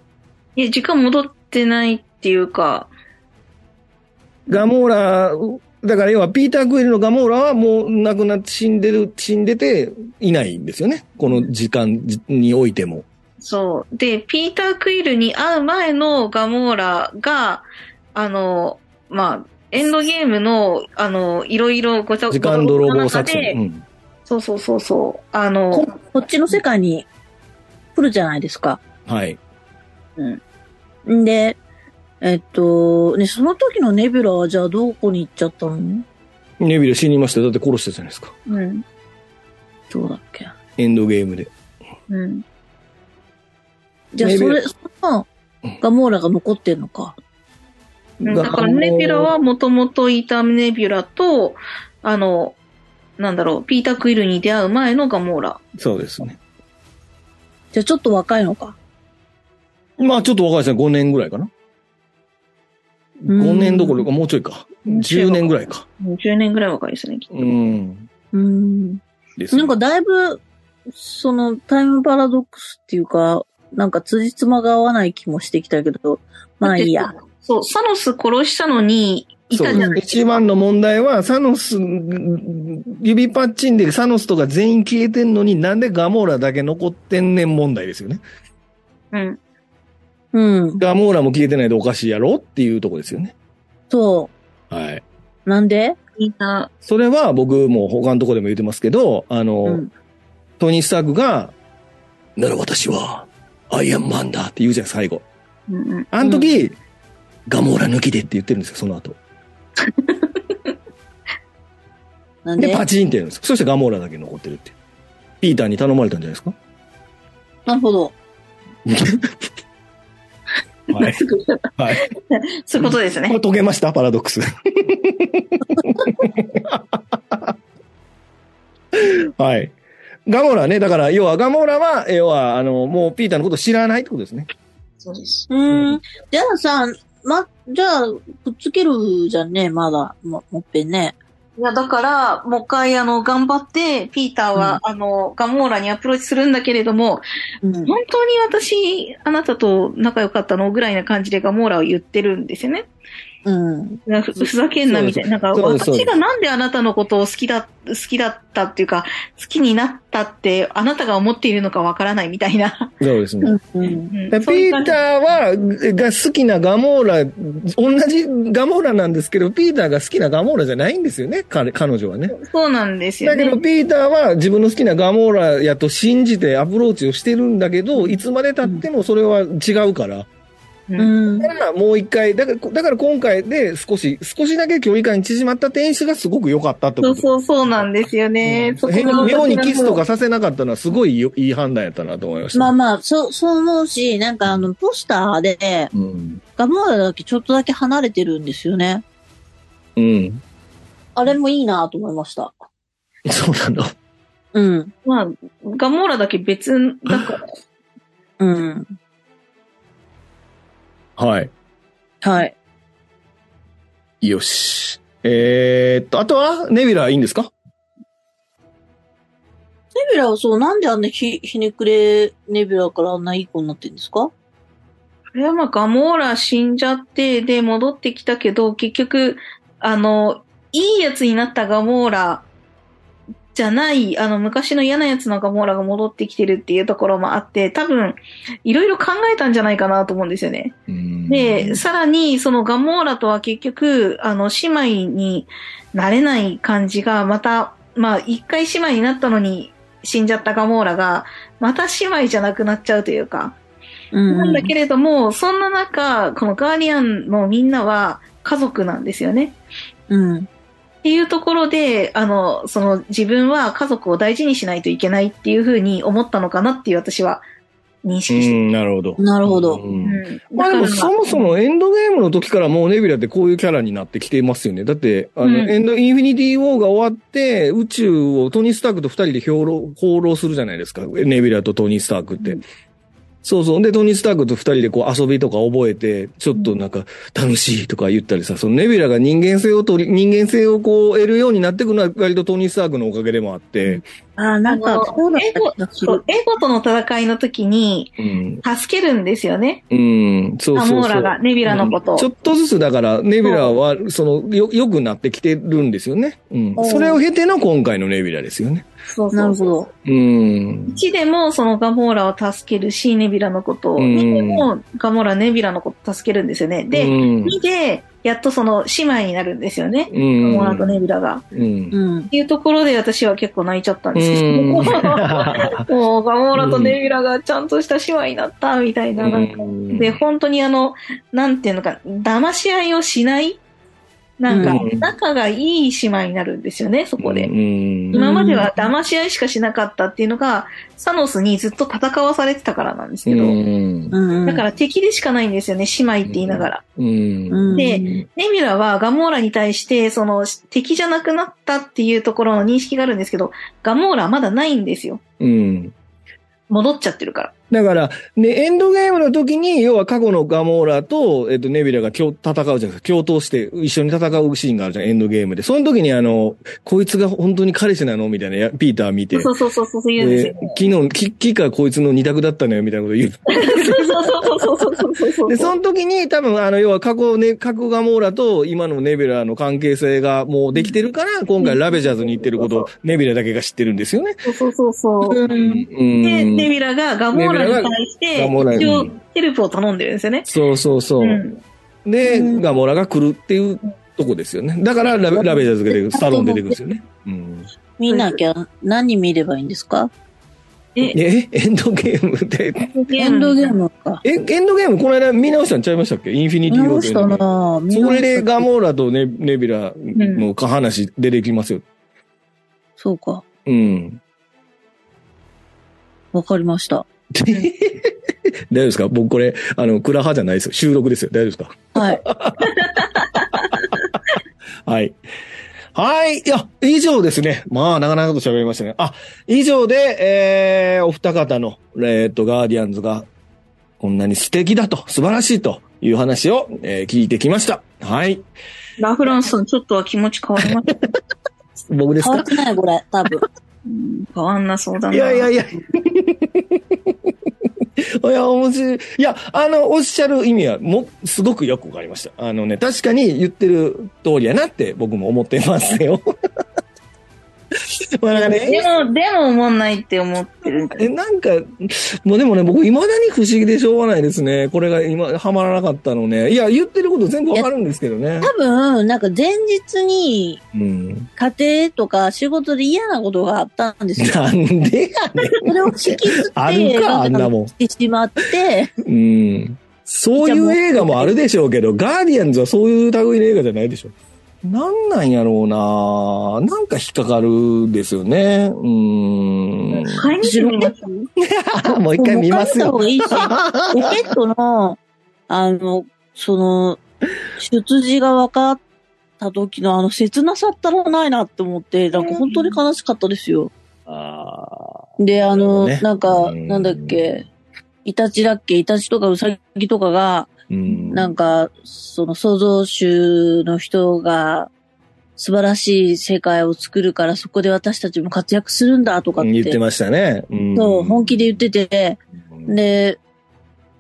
S2: いや、時間戻ってないっていうか、
S1: ガモーラ、だから要はピーター・クエルのガモーラはもう亡くなって死んでる、死んでていないんですよね。この時間においても。
S2: そう。で、ピーター・クイルに会う前のガモーラが、あの、まあ、エンドゲームの、あの、いろいろごちゃご
S1: 時
S2: ちゃ
S1: 間泥棒
S2: ごちゃごちゃ
S1: 作
S2: の中で
S1: 戦。うん
S2: そうそうそうそう。あ
S3: こ
S2: の、
S3: こっちの世界に来るじゃないですか。
S1: はい。
S3: んで、えっと、ね、その時のネビュラはじゃあどこに行っちゃったの
S1: ネビル死にましたよだって殺したじゃないですか。
S2: うん、
S3: どうだっけ
S1: エンドゲームで。
S2: うん。
S3: じゃあ
S1: ネビ
S3: そ
S1: ュラ
S3: れ、その、ガモーラが残ってんのか。
S2: だからネビュラはもともといたネビュラと、あの、なんだろう、ピーター・クイルに出会う前のガモーラ。
S1: そうですね。
S3: じゃあちょっと若いのか。
S1: まあちょっと若いですね。5年ぐらいかな。
S3: うん
S1: 5年どころか、もうちょいか。10年ぐらいか。
S2: 10年ぐらい若いですね、きっと
S1: うん。
S3: うん。
S1: ですね
S3: なんかだいぶ、そのタイムパラドックスっていうか、なんか辻褄が合わない気もしてきたけど、まあいいや。。
S2: そう、サノス殺したのに、い
S1: そ
S2: た
S1: う
S2: じゃないです
S1: 一番の問題は、サノス、指パッチンでサノスとか全員消えてんのになんでガモーラだけ残ってんねん問題ですよね。
S2: か。うん。
S3: うん。
S1: ガモーラも消えてないでおかしいやろっていうとこですよね。
S3: そ
S1: はい。
S3: う。なんで
S2: みんな、
S1: それは僕も他のとこでも言ってますけど、あの、
S3: うん。
S1: トニー・スタークが、なら私は、アイアンマンだって言うじゃん、最後。
S2: うんうん。
S1: あの時、ガモーラ抜きでって言ってるんですよ、その後。
S3: なん
S1: で、
S3: で
S1: パチンって言うんですよ。そしてガモーラだけ残ってるって。ピーターに頼まれたんじゃないですか
S3: なるほど。
S1: はい。はい。
S2: そういうことです
S1: こ
S2: ね
S1: れ。解けましたパラドッ クス。はい。ガモーラね、だから、要はガモーラは、要は、あの、もうピーターのこと知らないってことですね。
S2: そうです。
S3: うん。じゃあさ、ま、じゃあ、くっつけるじゃんね、まだ。も、もっぺんね。
S2: いや、だから、もう一回、あの、頑張って、ピーターは、あの、ガモーラにアプローチするんだけれども、
S3: うん。
S2: 本当に私、あなたと仲良かったのぐらいな感じでガモーラを言ってるんですよね。
S3: うん。
S2: なふふざけんなみたいな。なんか、
S1: そうですそうです
S2: 私がなんであなたのことを好きだ、好きだったっていうか、好きになったって、あなたが思っているのかわからないみたいな。
S1: そうですね。
S3: うん。
S2: うん
S1: ピ
S2: そういう
S1: ー
S2: 感
S1: タ
S2: じ
S1: ーは、が好きなガモーラ、同じガモーラなんですけど、ピーターが好きなガモーラじゃないんですよね、彼彼女はね。
S2: そうなんですよ
S1: だけ
S2: ね
S1: ど、。ピーターは自分の好きなガモーラやと信じてアプローチをしてるんだけど、いつまで経ってもそれは違うから。
S3: うん。
S1: だからもう一回、だから、だから今回で少し、少しだけ距離感縮まった天使がすごく良かったって
S2: そ
S1: こと。
S2: うそうそうなんですよね。そこ
S1: 変
S2: が
S1: に妙にキスとかさせなかったのはすごいよいい判断やったなと思いました。
S3: まあまあ、そう、そう思うし、なんかあの、ポスターで、
S1: うん。
S3: ガモーラだけちょっとだけ離れてるんですよね。
S1: うん。
S3: あれもいいなと思いました。
S1: そうなの。
S3: うん。
S2: まあ、ガモーラだけ別だから。
S3: うん。
S1: はい。
S3: はい。
S1: よし。えー、っと、あとは、ネビュラいいんですか
S3: ネビュラはそう、なんであんなひひねくれネビュラからあんないい子になってんですか
S2: これはまあ、ガモーラ死んじゃって、で、戻ってきたけど、結局、あの、いいやつになったガモーラじゃない、あの、昔の嫌なやつのガモーラが戻ってきてるっていうところもあって、多分、いろいろ考えたんじゃないかなと思うんですよね。で、さらに、そのガモーラとは結局、あの、姉妹になれない感じが、また、まあ、一回姉妹になったのに、死んじゃったガモーラが、また姉妹じゃなくなっちゃうというか、
S3: うん
S2: なんだけれども、そんな中、このガーディアンのみんなは家族なんですよね。
S3: うん。
S2: っていうところで、あの、その自分は家族を大事にしないといけないっていうふうに思ったのかなっていう私は認
S1: う
S2: 識して
S1: ん、なるほど。
S3: なるほど
S1: う
S2: うんん
S1: まあでも
S2: だから
S1: そもそもエンドゲームの時からもうネビュラってこういうキャラになってきていますよね。だって、あの、
S2: うん
S1: エンド、インフィニティウォーが終わって、宇宙をトニー・スタークと二人で兵糧放浪するじゃないですか。ネビュラとトニー・スタークって。
S2: うん
S1: そうそう。で、トニー・スタークと二人でこう遊びとか覚えて、ちょっとなんか楽しいとか言ったりさ、そのネビュラが人間性を取り、人間性をこう得るようになってくのは割とトニー・スタークのおかげでもあって、
S3: あー、なん
S2: あ
S3: か
S2: の、
S3: そうだった気がす
S2: そう
S3: る。
S2: エゴとの戦いの時に
S1: うん。
S2: 助けるんですよね。
S1: うん。そうそ
S2: ア
S1: うそう。
S2: モーラが、ネビュラのことを。
S1: ちょっとずつだから、ネビュラは、その、よ、良くなってきてるんですよね。うん
S3: お。う
S1: それを経ての今回のネビュラですよね。
S2: そうそう
S3: なるほど。
S1: うん。
S2: 1でもそのガモーラを助けるし、ネビュラのことを。
S1: うん
S2: 2でもガモーラ、ネビュラのことを助けるんですよね。で、
S1: うん
S2: 2で、やっとその姉妹になるんですよね。
S1: う
S2: ガ
S1: ん。
S2: モーラとネビュラが。
S1: う。
S3: うんん。
S2: っていうところで私は結構泣いちゃったんで
S1: う
S2: すけど。
S1: ん
S2: もうガモーラとネビュラがちゃんとした姉妹になった、みたいな。なんか
S1: うん
S2: で、本当にあの、なんていうのか、騙し合いをしないなんか
S1: う、ん
S2: 仲がいい姉妹になるんですよね、そこで。
S1: うん。
S2: 今までは騙し合いしかしなかったっていうのが、サノスにずっと戦わされてたからなんですけど、
S1: うん。
S3: うん。
S2: だから敵でしかないんですよね、姉妹って言いながら。
S1: うん。
S3: うん、
S2: でネミュラはガモーラに対して、その敵じゃなくなったっていうところの認識があるんですけど、ガモーラはまだないんですよ。
S1: うん。
S2: 戻っちゃってるから。
S1: だから、ね、エンドゲームの時に、要は過去のガモーラと、えっと、ネビュラがきょう戦うじゃないですか。共闘して、一緒に戦うシーンがあるじゃん、エンドゲームで。その時に、あの、こいつが本当に彼氏なのみたいなや、ピーター見て。
S2: そうそうそうそう、そう言うんです
S1: で
S2: よ。
S1: 昨日、き、きかこいつの二択だったのよ、みたいなこと言う。
S2: そうそうそうそうそうそうそう。
S1: で、その時に多分、あの、要は過去ね、過去ガモーラと今のネビュラの関係性がもうできてるから、今回ラベジャーズに行ってることをネビュラだけが知ってるんですよね。
S2: そうそうそうそう。
S1: う
S2: で、ネ
S1: ん。
S2: ビュラがガモーラに対して、
S1: ネビュラがガモーラに
S2: 一応ヘルプを頼んでるんですよね。
S1: そうそうそうう。
S2: ん。
S1: で、
S3: うん
S1: ガモーラが来るっていうとこですよね。だからラベラベジャーズが出てくる、スタローン出てくるんですよね。うん、
S3: 見なきゃ何見ればいいんですか
S2: で、
S1: え、エンドゲームで、
S3: エンドゲームか。
S1: え、エンドゲームこの間見直したんちゃいましたっけインフィニテ
S3: 見
S1: ィウォー
S3: 直
S1: とエ
S3: し
S1: ンドゲー
S3: た
S1: ム
S3: なぁ。
S1: それでガ
S3: ン。
S1: モーラとネネビラの下話出てきますよ。
S3: そうか。
S1: うん。
S3: わかりました。
S1: 大丈夫ですか僕これ、あの、クラハじゃないですよ。収録ですよ。大丈夫です
S3: はい。
S1: かはい。はい。いや、以上ですね。まあ、なかなかと喋りましたね。あ、以上で、えー、お二方の、えーっと、ガーディアンズが、こんなに素敵だと、素晴らしいという話を、えー聞いてきました。はい。
S2: ラフランスさん、ちょっとは気持ち変わりました。
S1: 僕です
S3: 変わっ
S1: か
S3: てない、これ。多分。
S2: うん変わんなそうだな。
S1: いやいやいや。 いや、面白い。いや、あの、おっしゃる意味は、も、すごくよくわかりました。あのね、確かに言ってる通りやなって僕も思ってますよ。 まあなんか
S2: で
S1: ね、
S2: も、でも思んないって思ってるんだ
S1: え、なんか、もうでもね、僕、未だに不思議でしょうがないですね。これが今、はまらなかったのね。いや、言ってること全部わかるんですけどね。
S3: 多分、なんか前日に
S1: うん。
S3: 家庭とか仕事で嫌なことがあったんですよ。
S1: なんでやね
S3: それを引きずって、
S1: あるか、あんな
S3: も
S1: もん。
S3: してしまって、
S1: うんそういう映画もあるでしょうけど、ガーディアンズはそういう類の映画じゃないでしょ。なんなんやろうななんか引っかかるですよね。うー ん。
S2: 買いに行ってみます
S1: もう一回見ます
S3: も
S1: よ。
S3: う一回見た方がいいし、ロケットの、あの、その、出自が分かった時のあの切なさったらないなって思って、なんか本当に悲しかったですよ。
S1: あ
S3: で、あ
S1: なるほど
S3: の、
S1: ね
S3: なんか、
S1: うん
S3: なんだっけ、イタチだっけ、イタチとかウサギとかが、
S1: ーうん
S3: なんか、その創造主の人が素晴らしい世界を作るから、そこで私たちも活躍するんだとかって、
S1: 言ってましたね。うん
S3: そう、本気で言ってて、
S1: うん
S3: で、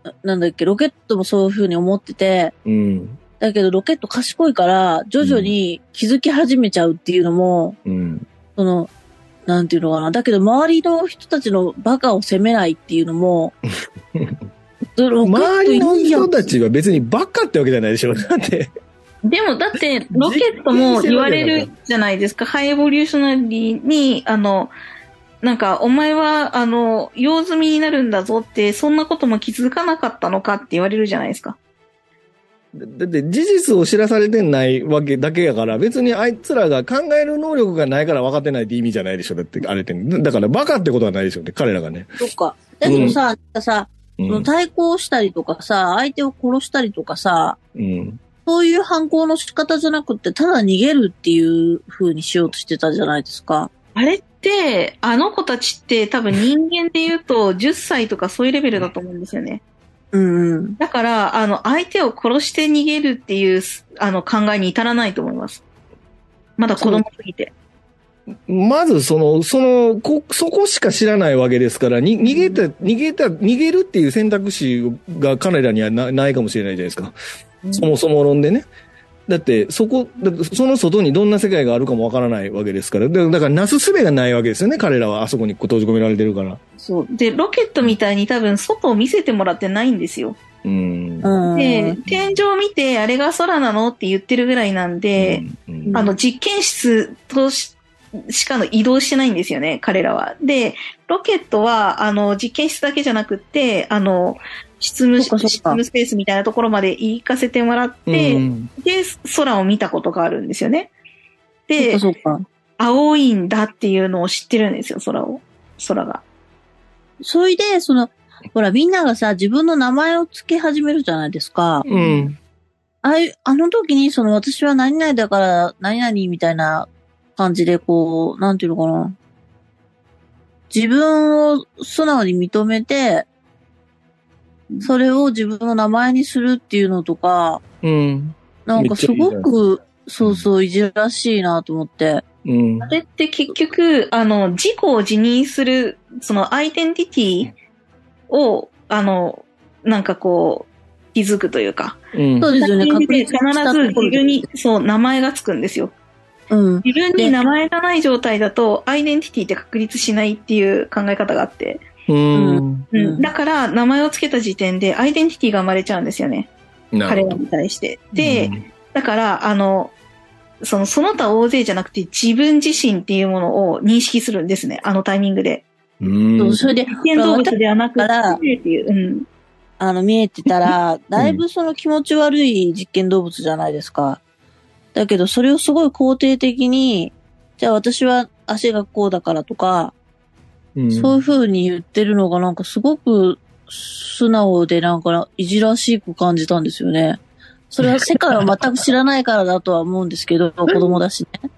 S3: ななんだっけ、ロケットもそういう風に思ってて、
S1: うん。
S3: だけどロケット賢いから、徐々に気づき始めちゃうっていうのも、
S1: うん。
S3: その、なんていうのかな。だけど、周りの人たちのバカを責めないっていうのも、それロケット
S1: 周りの
S3: いいやん
S1: 人たちは別にバカってわけじゃないでしょ。だって。
S2: でも、だって、ロケットも言われるじゃないですか。ハイエボリューショナリーに、あの、なんか、お前は、あの、用済みになるんだぞって、そんなことも気づかなかったのかって言われるじゃないですか。
S1: だって事実を知らされてないわけだけやから、別にあいつらが考える能力がないから分かってないって意味じゃないでしょ。だって、あれって。だからバカってことはないでしょうね。彼らがね。
S3: そっか。だけどさ、なんかさ、
S1: う
S3: その
S1: ん。
S3: 対抗したりとかさ、相手を殺したりとかさ、
S1: うん。
S3: そういう犯行の仕方じゃなくて、ただ逃げるっていう風にしようとしてたじゃないですか。
S2: あれって、あの子たちって多分人間で言うと10歳とかそういうレベルだと思うんですよね。
S3: うんうん。
S2: だから、あの、相手を殺して逃げるっていう、あの、考えに至らないと思います。まだ子供すぎて。
S1: まず、その、その、こ、そこしか知らないわけですから、に、逃げた、逃げた、逃げるっていう選択肢が彼らにはなないかもしれないじゃないですか。そもそも論でね。だって、そこ、だってその外にどんな世界があるかもわからないわけですから。だだから、なすすべがないわけですよね。彼らはあそこに閉じ込められてるから。
S2: そう。で、ロケットみたいに多分外を見せてもらってないんですよ。
S1: うん。
S3: うん。
S2: で、天井見て、あれが空なのって言ってるぐらいなんで、
S1: うん、
S3: うん
S2: あの、実験室とし、しかの移動してないんですよね、彼らは。で、ロケットは、あの、実験室だけじゃなくって、あの、執務、
S3: そっかそっ
S2: 執
S3: か
S2: 務スペースみたいなところまで行かせてもらって、
S1: うん
S2: で、空を見たことがあるんですよね。で、
S3: そっかそっか。
S2: 青いんだっていうのを知ってるんですよ、空を。空が。
S3: それで、その、ほら、みんながさ、自分の名前を付け始めるじゃないですか。
S1: うん。
S3: あいあの時に、その、私は何々だから、何々みたいな感じで、こう、なんていうのかな。自分を素直に認めて、それを自分の名前にするっていうのとか、
S1: うん。
S3: なん
S1: め
S3: か
S1: っち
S3: す
S1: ゃいいじゃ
S3: ご
S1: ない
S3: く、そうそう、いじらしいなと思って。
S1: うん
S2: そ。れって結局、あの、自己を自認する、そのアイデンティティを、あの、なんかこう、気づくというか。
S1: うん
S3: そうですよね、
S2: 必
S3: 確認
S2: ず自分に、そう、名前がつくんですよ。
S3: うん。
S2: 自分
S3: で
S2: に名前がない状態だと、アイデンティティって確立しないっていう考え方があって。
S1: うん。
S3: うん
S2: うんだから、名前をつけた時点で、アイデンティティが生まれちゃうんですよね。
S1: な
S2: 彼
S1: る
S2: ら
S1: ほど
S2: に対して。
S1: う
S2: で、
S1: ん
S2: だから、あの、その、その他大勢じゃなくて、自分自身っていうものを認識するんですね。あのタイミングで。
S1: う
S3: そ
S1: ん
S3: うそれで、
S2: 危険動物ではなく
S3: だから
S2: て、っていう。うん。
S3: あの、見えてたら、だいぶその気持ち悪い実験動物じゃないですか。だけど、それをすごい肯定的に、じゃあ私は足がこうだからとか、
S1: うん
S3: そういう風に言ってるのがなんかすごく素直でなんかいじらしく感じたんですよね。それは世界を全く知らないからだとは思うんですけど、子供だしね。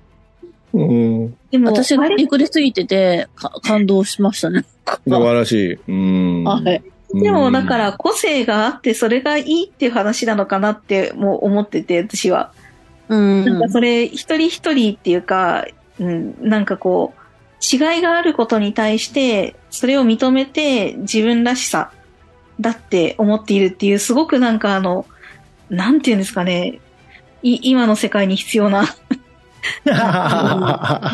S1: うん。
S2: でも、
S3: 私が
S2: あれ
S3: びっくりすぎてて、か感動しましたね。
S1: 素晴らしい。うん。
S3: はい。
S2: でも、だか
S1: う
S2: ら、個性があって、それがいいっていう話なのかなって、もう思ってて、私は。
S3: うん。
S2: なんか、それ、一人一人っていうか、うん、なんかこう、違いがあることに対して、それを認めて、自分らしさだって思っているっていう、すごくなんかあの、なんていうんですかね、い今の世界に必要 な、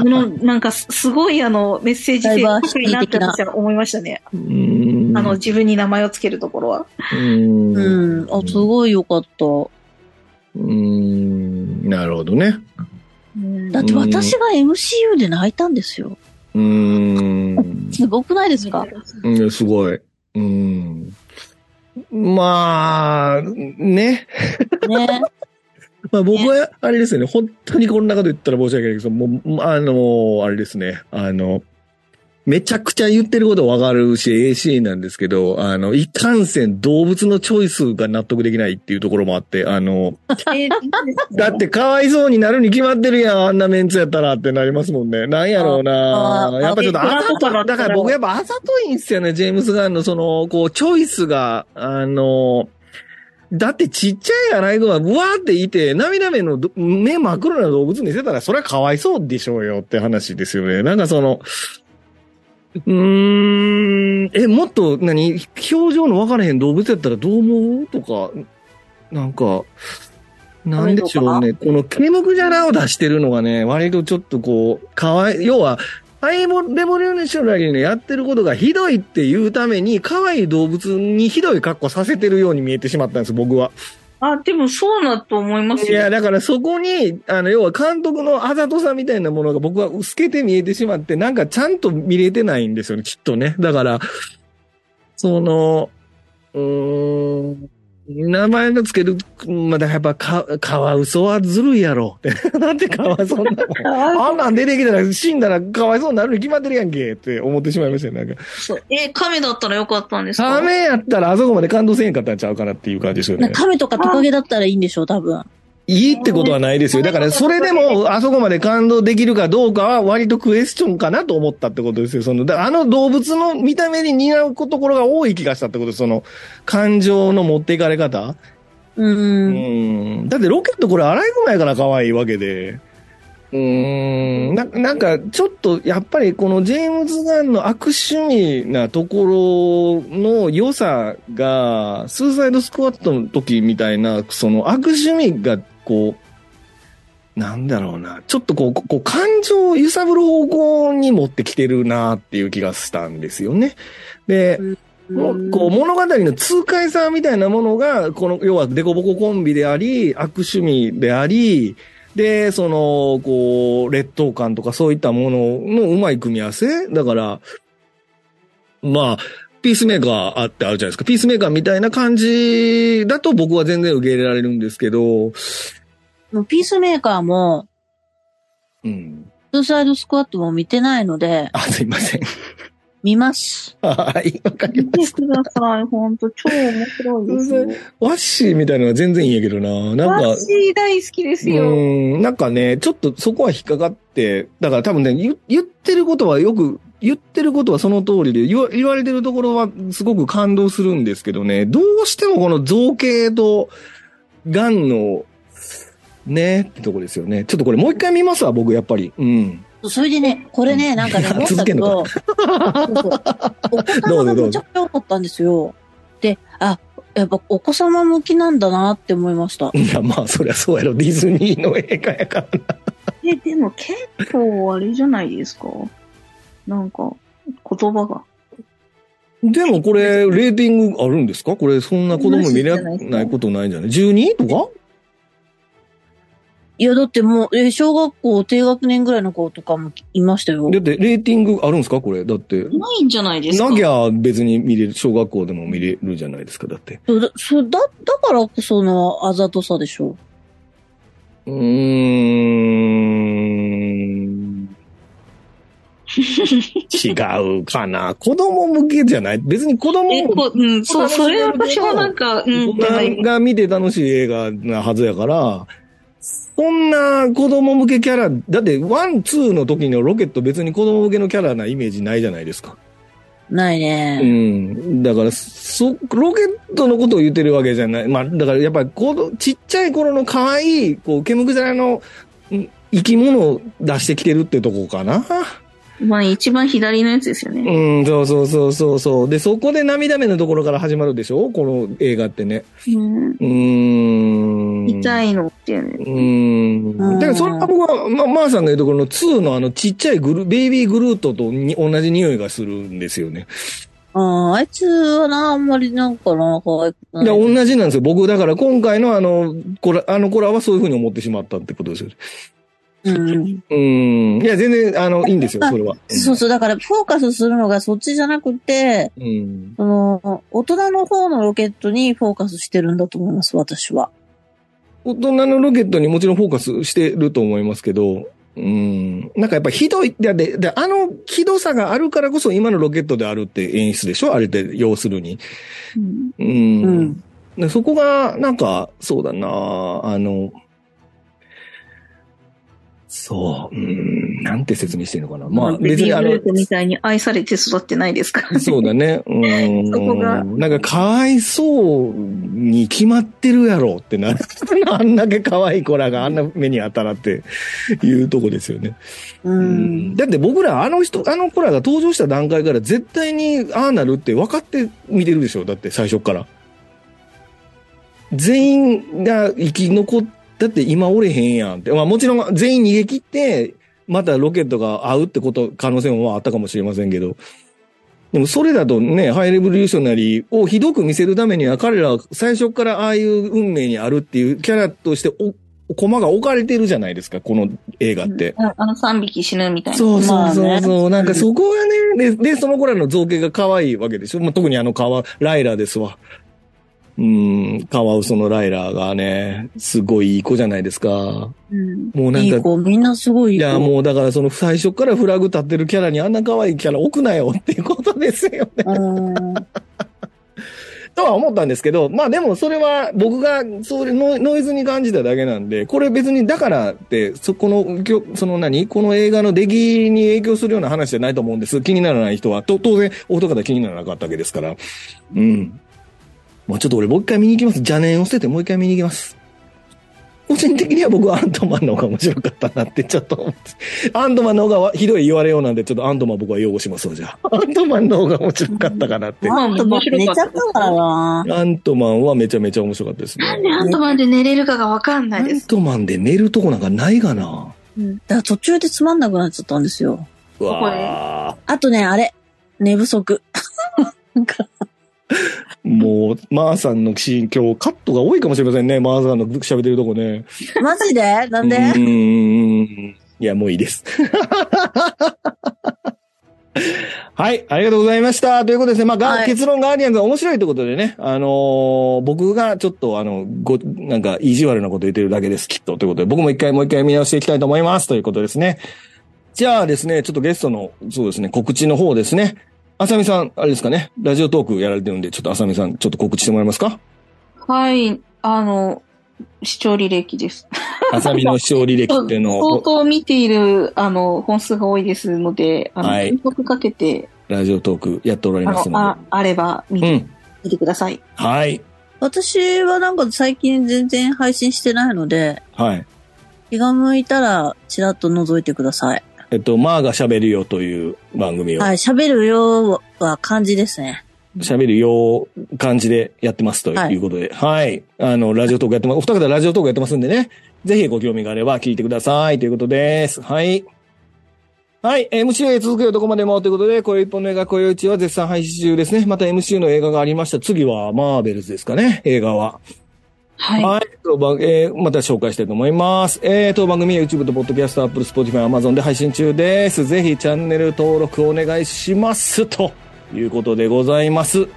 S1: ん。
S2: もの、なんかすすごいあの、メッセージ性が高いなって私は思いましたね。
S1: うん
S2: あの、、自分に名前をつけるところは。
S1: うん
S3: うん。あ、すごいよかった。
S1: うん。なるほどね。
S3: だって私が MCU で泣いたんですよ。
S1: うん。
S3: すごくないですか
S1: うんすごい。うん。まあ、ね。
S3: ね。
S1: まあ僕は、あれですよね。本当にこんなこと言ったら申し訳ないけど、もう、あの、あれですね。あの、めちゃくちゃ言ってることわかるし、AC なんですけど、あの、いかんせん動物のチョイスが納得できないっていうところもあって、あの、
S2: えー
S1: だっ、てかわいそうになるに決まってるやん、あんなメンツやったらってなりますもんね。なんやろう
S3: あ
S1: な
S3: ー
S1: やっぱちょっと
S2: あ
S1: あざとだから僕やっぱあざといんすよね、ジェームス・ガンのその、こう、チョイスが、あの、だってちっちゃいアライグマ、うわーっていて、涙目のど目真っ黒な動物にしてたら、それはかわいそうでしょうよって話ですよね。なんかその、うーん、え、もっと何、表情の分からへん動物やったらどう思うとか、なんか、なんでしょうね。このケムクジャラを出してるのがね、割とちょっとこう、かわい、要は、ハイボレボリューショナリーのやってることがひどいっていうために、可愛い動物にひどい格好させてるように見えてしまったんです、僕は。
S2: あ、でもそうだと思います
S1: いや、
S2: よ。
S1: だからそこに、あの、要は監督のあざとさみたいなものが僕は透けて見えてしまって、なんかちゃんと見れてないんですよね、きっとね。だから、その、うーん、名前のつける、まあだからやっぱか、カワウソはずるいやろ。なんでカワウソなのあんなん出てきたら死んだらかわいそうになるに決まってるやんけって思ってしまいましたよ、なんか。
S2: そうえ、亀だったらよかったんですか
S1: サメやったらあそこまで感動せへんかったんちゃうかなっていう感じですよね。
S3: 亀とかトカゲだったらいいんでしょう、多分。
S1: いいってことはないですよ。だから、それでも、あそこまで感動できるかどうかは、割とクエスチョンかなと思ったってことですよ。その、だあの動物の見た目に似合うところが多い気がしたってことです。その、感情の持っていかれ方。
S3: う。
S1: うんん。だって、ロケットこれ、アライグマやから可愛いわけで。うん。な、なんか、ちょっと、やっぱり、このジェームズ・ガンの悪趣味なところの良さが、スーサイドスクワットの時みたいな、その悪趣味が、こう、なんだろうな。ちょっとこう、ここう感情を揺さぶる方向に持ってきてるなっていう気がしたんですよね。で、もうこう物語の痛快さみたいなものが、この、要はデコボココンビであり、悪趣味であり、で、その、こう、劣等感とかそういったもののうまい組み合わせだから、まあ、ピースメーカーあってあるじゃないですか。ピースメーカーみたいな感じだと僕は全然受け入れられるんですけど、
S3: もうピースメーカーも、
S1: うん。
S3: スーサイドスクワットも見てないので、
S1: あ、すいません。
S3: 見ます。
S1: はい、わかり
S2: 見
S1: ま
S2: て
S1: す。
S2: ください、ほんと。超面白いですよ。
S1: ワッシーみたいなのは全然いいんやけどな。なんか、
S2: 私大好きです
S1: う
S2: よ。
S1: ーん、なんかね、ちょっとそこは引っかかって、だから多分ね、言言ってることはよく、言ってることはその通りで、言わ言われてるところはすごく感動するんですけどね、どうしてもこの造形と、ガンの、ね、ってとこですよね。ちょっとこれもう一回見ますわ、僕、やっぱり。うん。
S3: それでね、これね、なんかね、思った
S1: 続
S3: け
S1: けん
S3: ど、
S1: の
S3: そうそうお子
S1: ど
S3: 様
S1: うぞど
S3: がめ
S1: う
S3: ちゃ
S1: ぞ
S3: くちゃ多かったんですよ。で、あ、やっぱお子様向きなんだなって思いました。
S1: いや、まあ、そりゃそうやろ、ディズニーの映画やからな。
S2: え、でも結構あれじゃないですか。なんか、言葉が。
S1: でもこれ、レーティングあるんですかこれ、そんな子供見れないことないんじゃない ?12 とか
S3: いや、だってもう、えー小学校低学年ぐらいの子とかもいましたよ
S1: だ。って、レーティングあるんですかこれ。だって。
S2: ないんじゃないですか。
S1: なきゃ別に見れる、小学校でも見れるじゃないですか、だって。
S3: そうだ、そうだ、だからこそのあざとさでしょ。
S1: うーん。違うかな。子供向けじゃない別に子供
S2: え、こう、うん、そう、それ私もなんか、うん、
S1: がが見て楽しい映画なはずやから、そんな子供向けキャラ、だってワン、ツーの時のロケット別に子供向けのキャラなイメージないじゃないですか。
S3: ないね。
S1: うん。だから、そ、ロケットのことを言ってるわけじゃない。まあ、だからやっぱり、このちっちゃい頃の可愛い、こう、毛むくじゃらの、ん生き物を出してきてるってとこかな。
S2: まあ一番左のやつですよね。
S1: うん、そうそうそうそうそう。で、そこで涙目のところから始まるでしょこの映画ってね。
S2: うん。
S1: うーん。
S2: 痛いのっていう
S1: う
S2: ね。
S1: ーん。だからそれは僕は、ま、まーさんが言うところの2のあのちっちゃいグル、ベイビーグルートとに同じ匂いがするんですよね。
S3: ああ、あいつはな、あんまりなんかな、可愛くない。
S1: いや、同じなんですよ。僕、だから今回のあの、これ、あの子らはそういうふうに思ってしまったってことですよ。
S3: うん。
S1: うん。いや、全然、あの、いいんですよ、それは。
S3: そうそう、だからフォーカスするのがそっちじゃなくて、
S1: うん。
S3: その、大人の方のロケットにフォーカスしてるんだと思います、私は。
S1: 大人のロケットにもちろんフォーカスしてると思いますけど、うん。なんかやっぱひどい、で、で、であのひどさがあるからこそ今のロケットであるって演出でしょあれって、要するに。
S2: うん
S1: うん。
S3: うん。
S1: でそこが、なんか、そうだなあの、そう、うん、なんて説明していいのかな。まあ、
S2: ベ
S1: 別
S2: ビ
S1: に
S2: ー
S1: あ
S2: ブ
S1: の
S2: ルー、トみたいに愛されて育ってないです からね。
S1: そうだね。うーん。
S2: そこが
S1: なんか、かわいそうに決まってるや ろってな。あんだけ可愛い子らがあんな目に当たらっていうとこですよね。
S3: う。
S1: うんだって僕ら、あの人、あの子らが登場した段階から絶対にああなるって分かって見てるでしょ。だって最初から。全員が生き残っ、だって今おれへんやんって。まあもちろん全員逃げ切って、またロケットが合うってこと、可能性もまああったかもしれませんけど。でもそれだとね、ハイレボリューショナリーをひどく見せるためには彼らは最初からああいう運命にあるっていうキャラとしてお、コマが置かれてるじゃないですか、この映画って。
S2: ああの3匹死ぬみたいな。
S1: そうそう
S3: ま
S1: そう
S3: あ
S1: そう。なんか
S3: うん
S1: そこがね、で、でその子らの造形が可愛いわけでしょ。まあ、特にあの川、ライラですわ。うん、カワウソのライラがね、すごいいい子じゃないですか。も
S3: うん。
S1: うなん
S3: い
S1: か、
S3: い子、みんなすごいい
S1: い
S3: い子。
S1: や、もうだからその最初からフラグ立ってるキャラにあんな可愛いキャラ置くなよっていうことですよね。
S3: うん。
S1: とは思ったんですけど、まあでもそれは僕がそれノイノイズに感じただけなんで、これ別にだからって、そこの、きょその何この映画の出来に影響するような話じゃないと思うんです。気にならない人は。と当然、お二方気にならなかったわけですから。うん。まあちょっと俺もう一回見に行きます。邪念を捨ててもう一回見に行きます。個人的には僕はアントマンの方が面白かったなってちょっと思って。アントマンの方がひどい言われようなんで、ちょっとアントマン僕は擁護しますわ、じゃあ。アントマンの方が面白かったかなって。
S3: アントマン寝ちゃったからな。
S1: アントマンはめちゃめちゃ面白かったですね。
S2: なんでアントマンで寝れるかがわかんな
S1: ア
S2: いで
S1: ン
S2: す。
S1: トマンで寝るとこなんかないがな。
S3: うんだから途中でつまんなくなっちゃったんですよ。
S1: う
S2: ここ
S1: わあ
S3: あとね、あれ。寝不足。なんか、
S1: もう、マーさんのシーン、今日カットが多いかもしれませんね。マーさんの喋ってるとこね。
S3: マジでなんで
S1: うーん。いや、もういいです。 はい、ありがとうございました。ということですね。まあ、が
S3: はい
S1: 結論ガーディアンズは面白いということでね。あのー僕がちょっと、あの、ご、なんか、意地悪なこと言ってるだけです、きっと。ということで、僕も一回もう一回見直していきたいと思います。ということですね。じゃあですね、ちょっとゲストの、そうですね、告知の方ですね。あさみさん、あれですかね、ラジオトークやられてるんで、ちょっとあさみさん、ちょっと告知してもらえます か
S2: はい、あの、視聴履歴です。
S1: あさみの視聴履歴っていうの
S2: 相
S1: を、
S2: 当見ている、あの、本数が多いですので、あの、
S1: はい
S2: 検索かけて、
S1: ラジオトークやっておられ
S2: あ
S1: ま
S2: の
S1: す、の
S2: ああれば見
S1: で。う
S2: て,、
S1: ん。
S2: 見てください。
S1: はい。
S3: 私はなんか最近全然配信してないので、
S1: はい。
S3: 気が向いたらちらっと覗いてください。
S1: えっと、まーが喋るよという番組を、
S3: はい、喋る量は漢字ですね。
S1: 喋るよう感じでやってますと
S3: はい
S1: いうことで、はい。あの、ラジオトークやってます。お二方ラジオトークやってますんでね、ぜひご興味があれば聞いてくださいということです。はい。はい。MC へ続くよどこまでもということで、こういう一本の映画、こういううちは絶賛配信中ですね。また MC の映画がありました。次はマーベルズですかね、映画は。
S2: はい。
S1: はい。当番えーまた紹介したいと思います。えー、当番組は YouTube と Podcast、Apple、Spotify、Amazon で配信中です。ぜひチャンネル登録お願いします。ということでございます。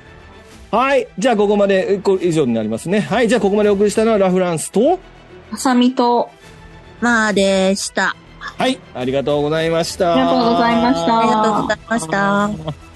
S1: はい。じゃあ、ここまで、えこ以上になりますね。はい。じゃあ、ここまでお送りしたのはラフランスと、
S2: ハサミと、
S3: まあでした。
S1: はい。ありがとうございました。
S2: ありがとうございました
S3: ありがとうございました。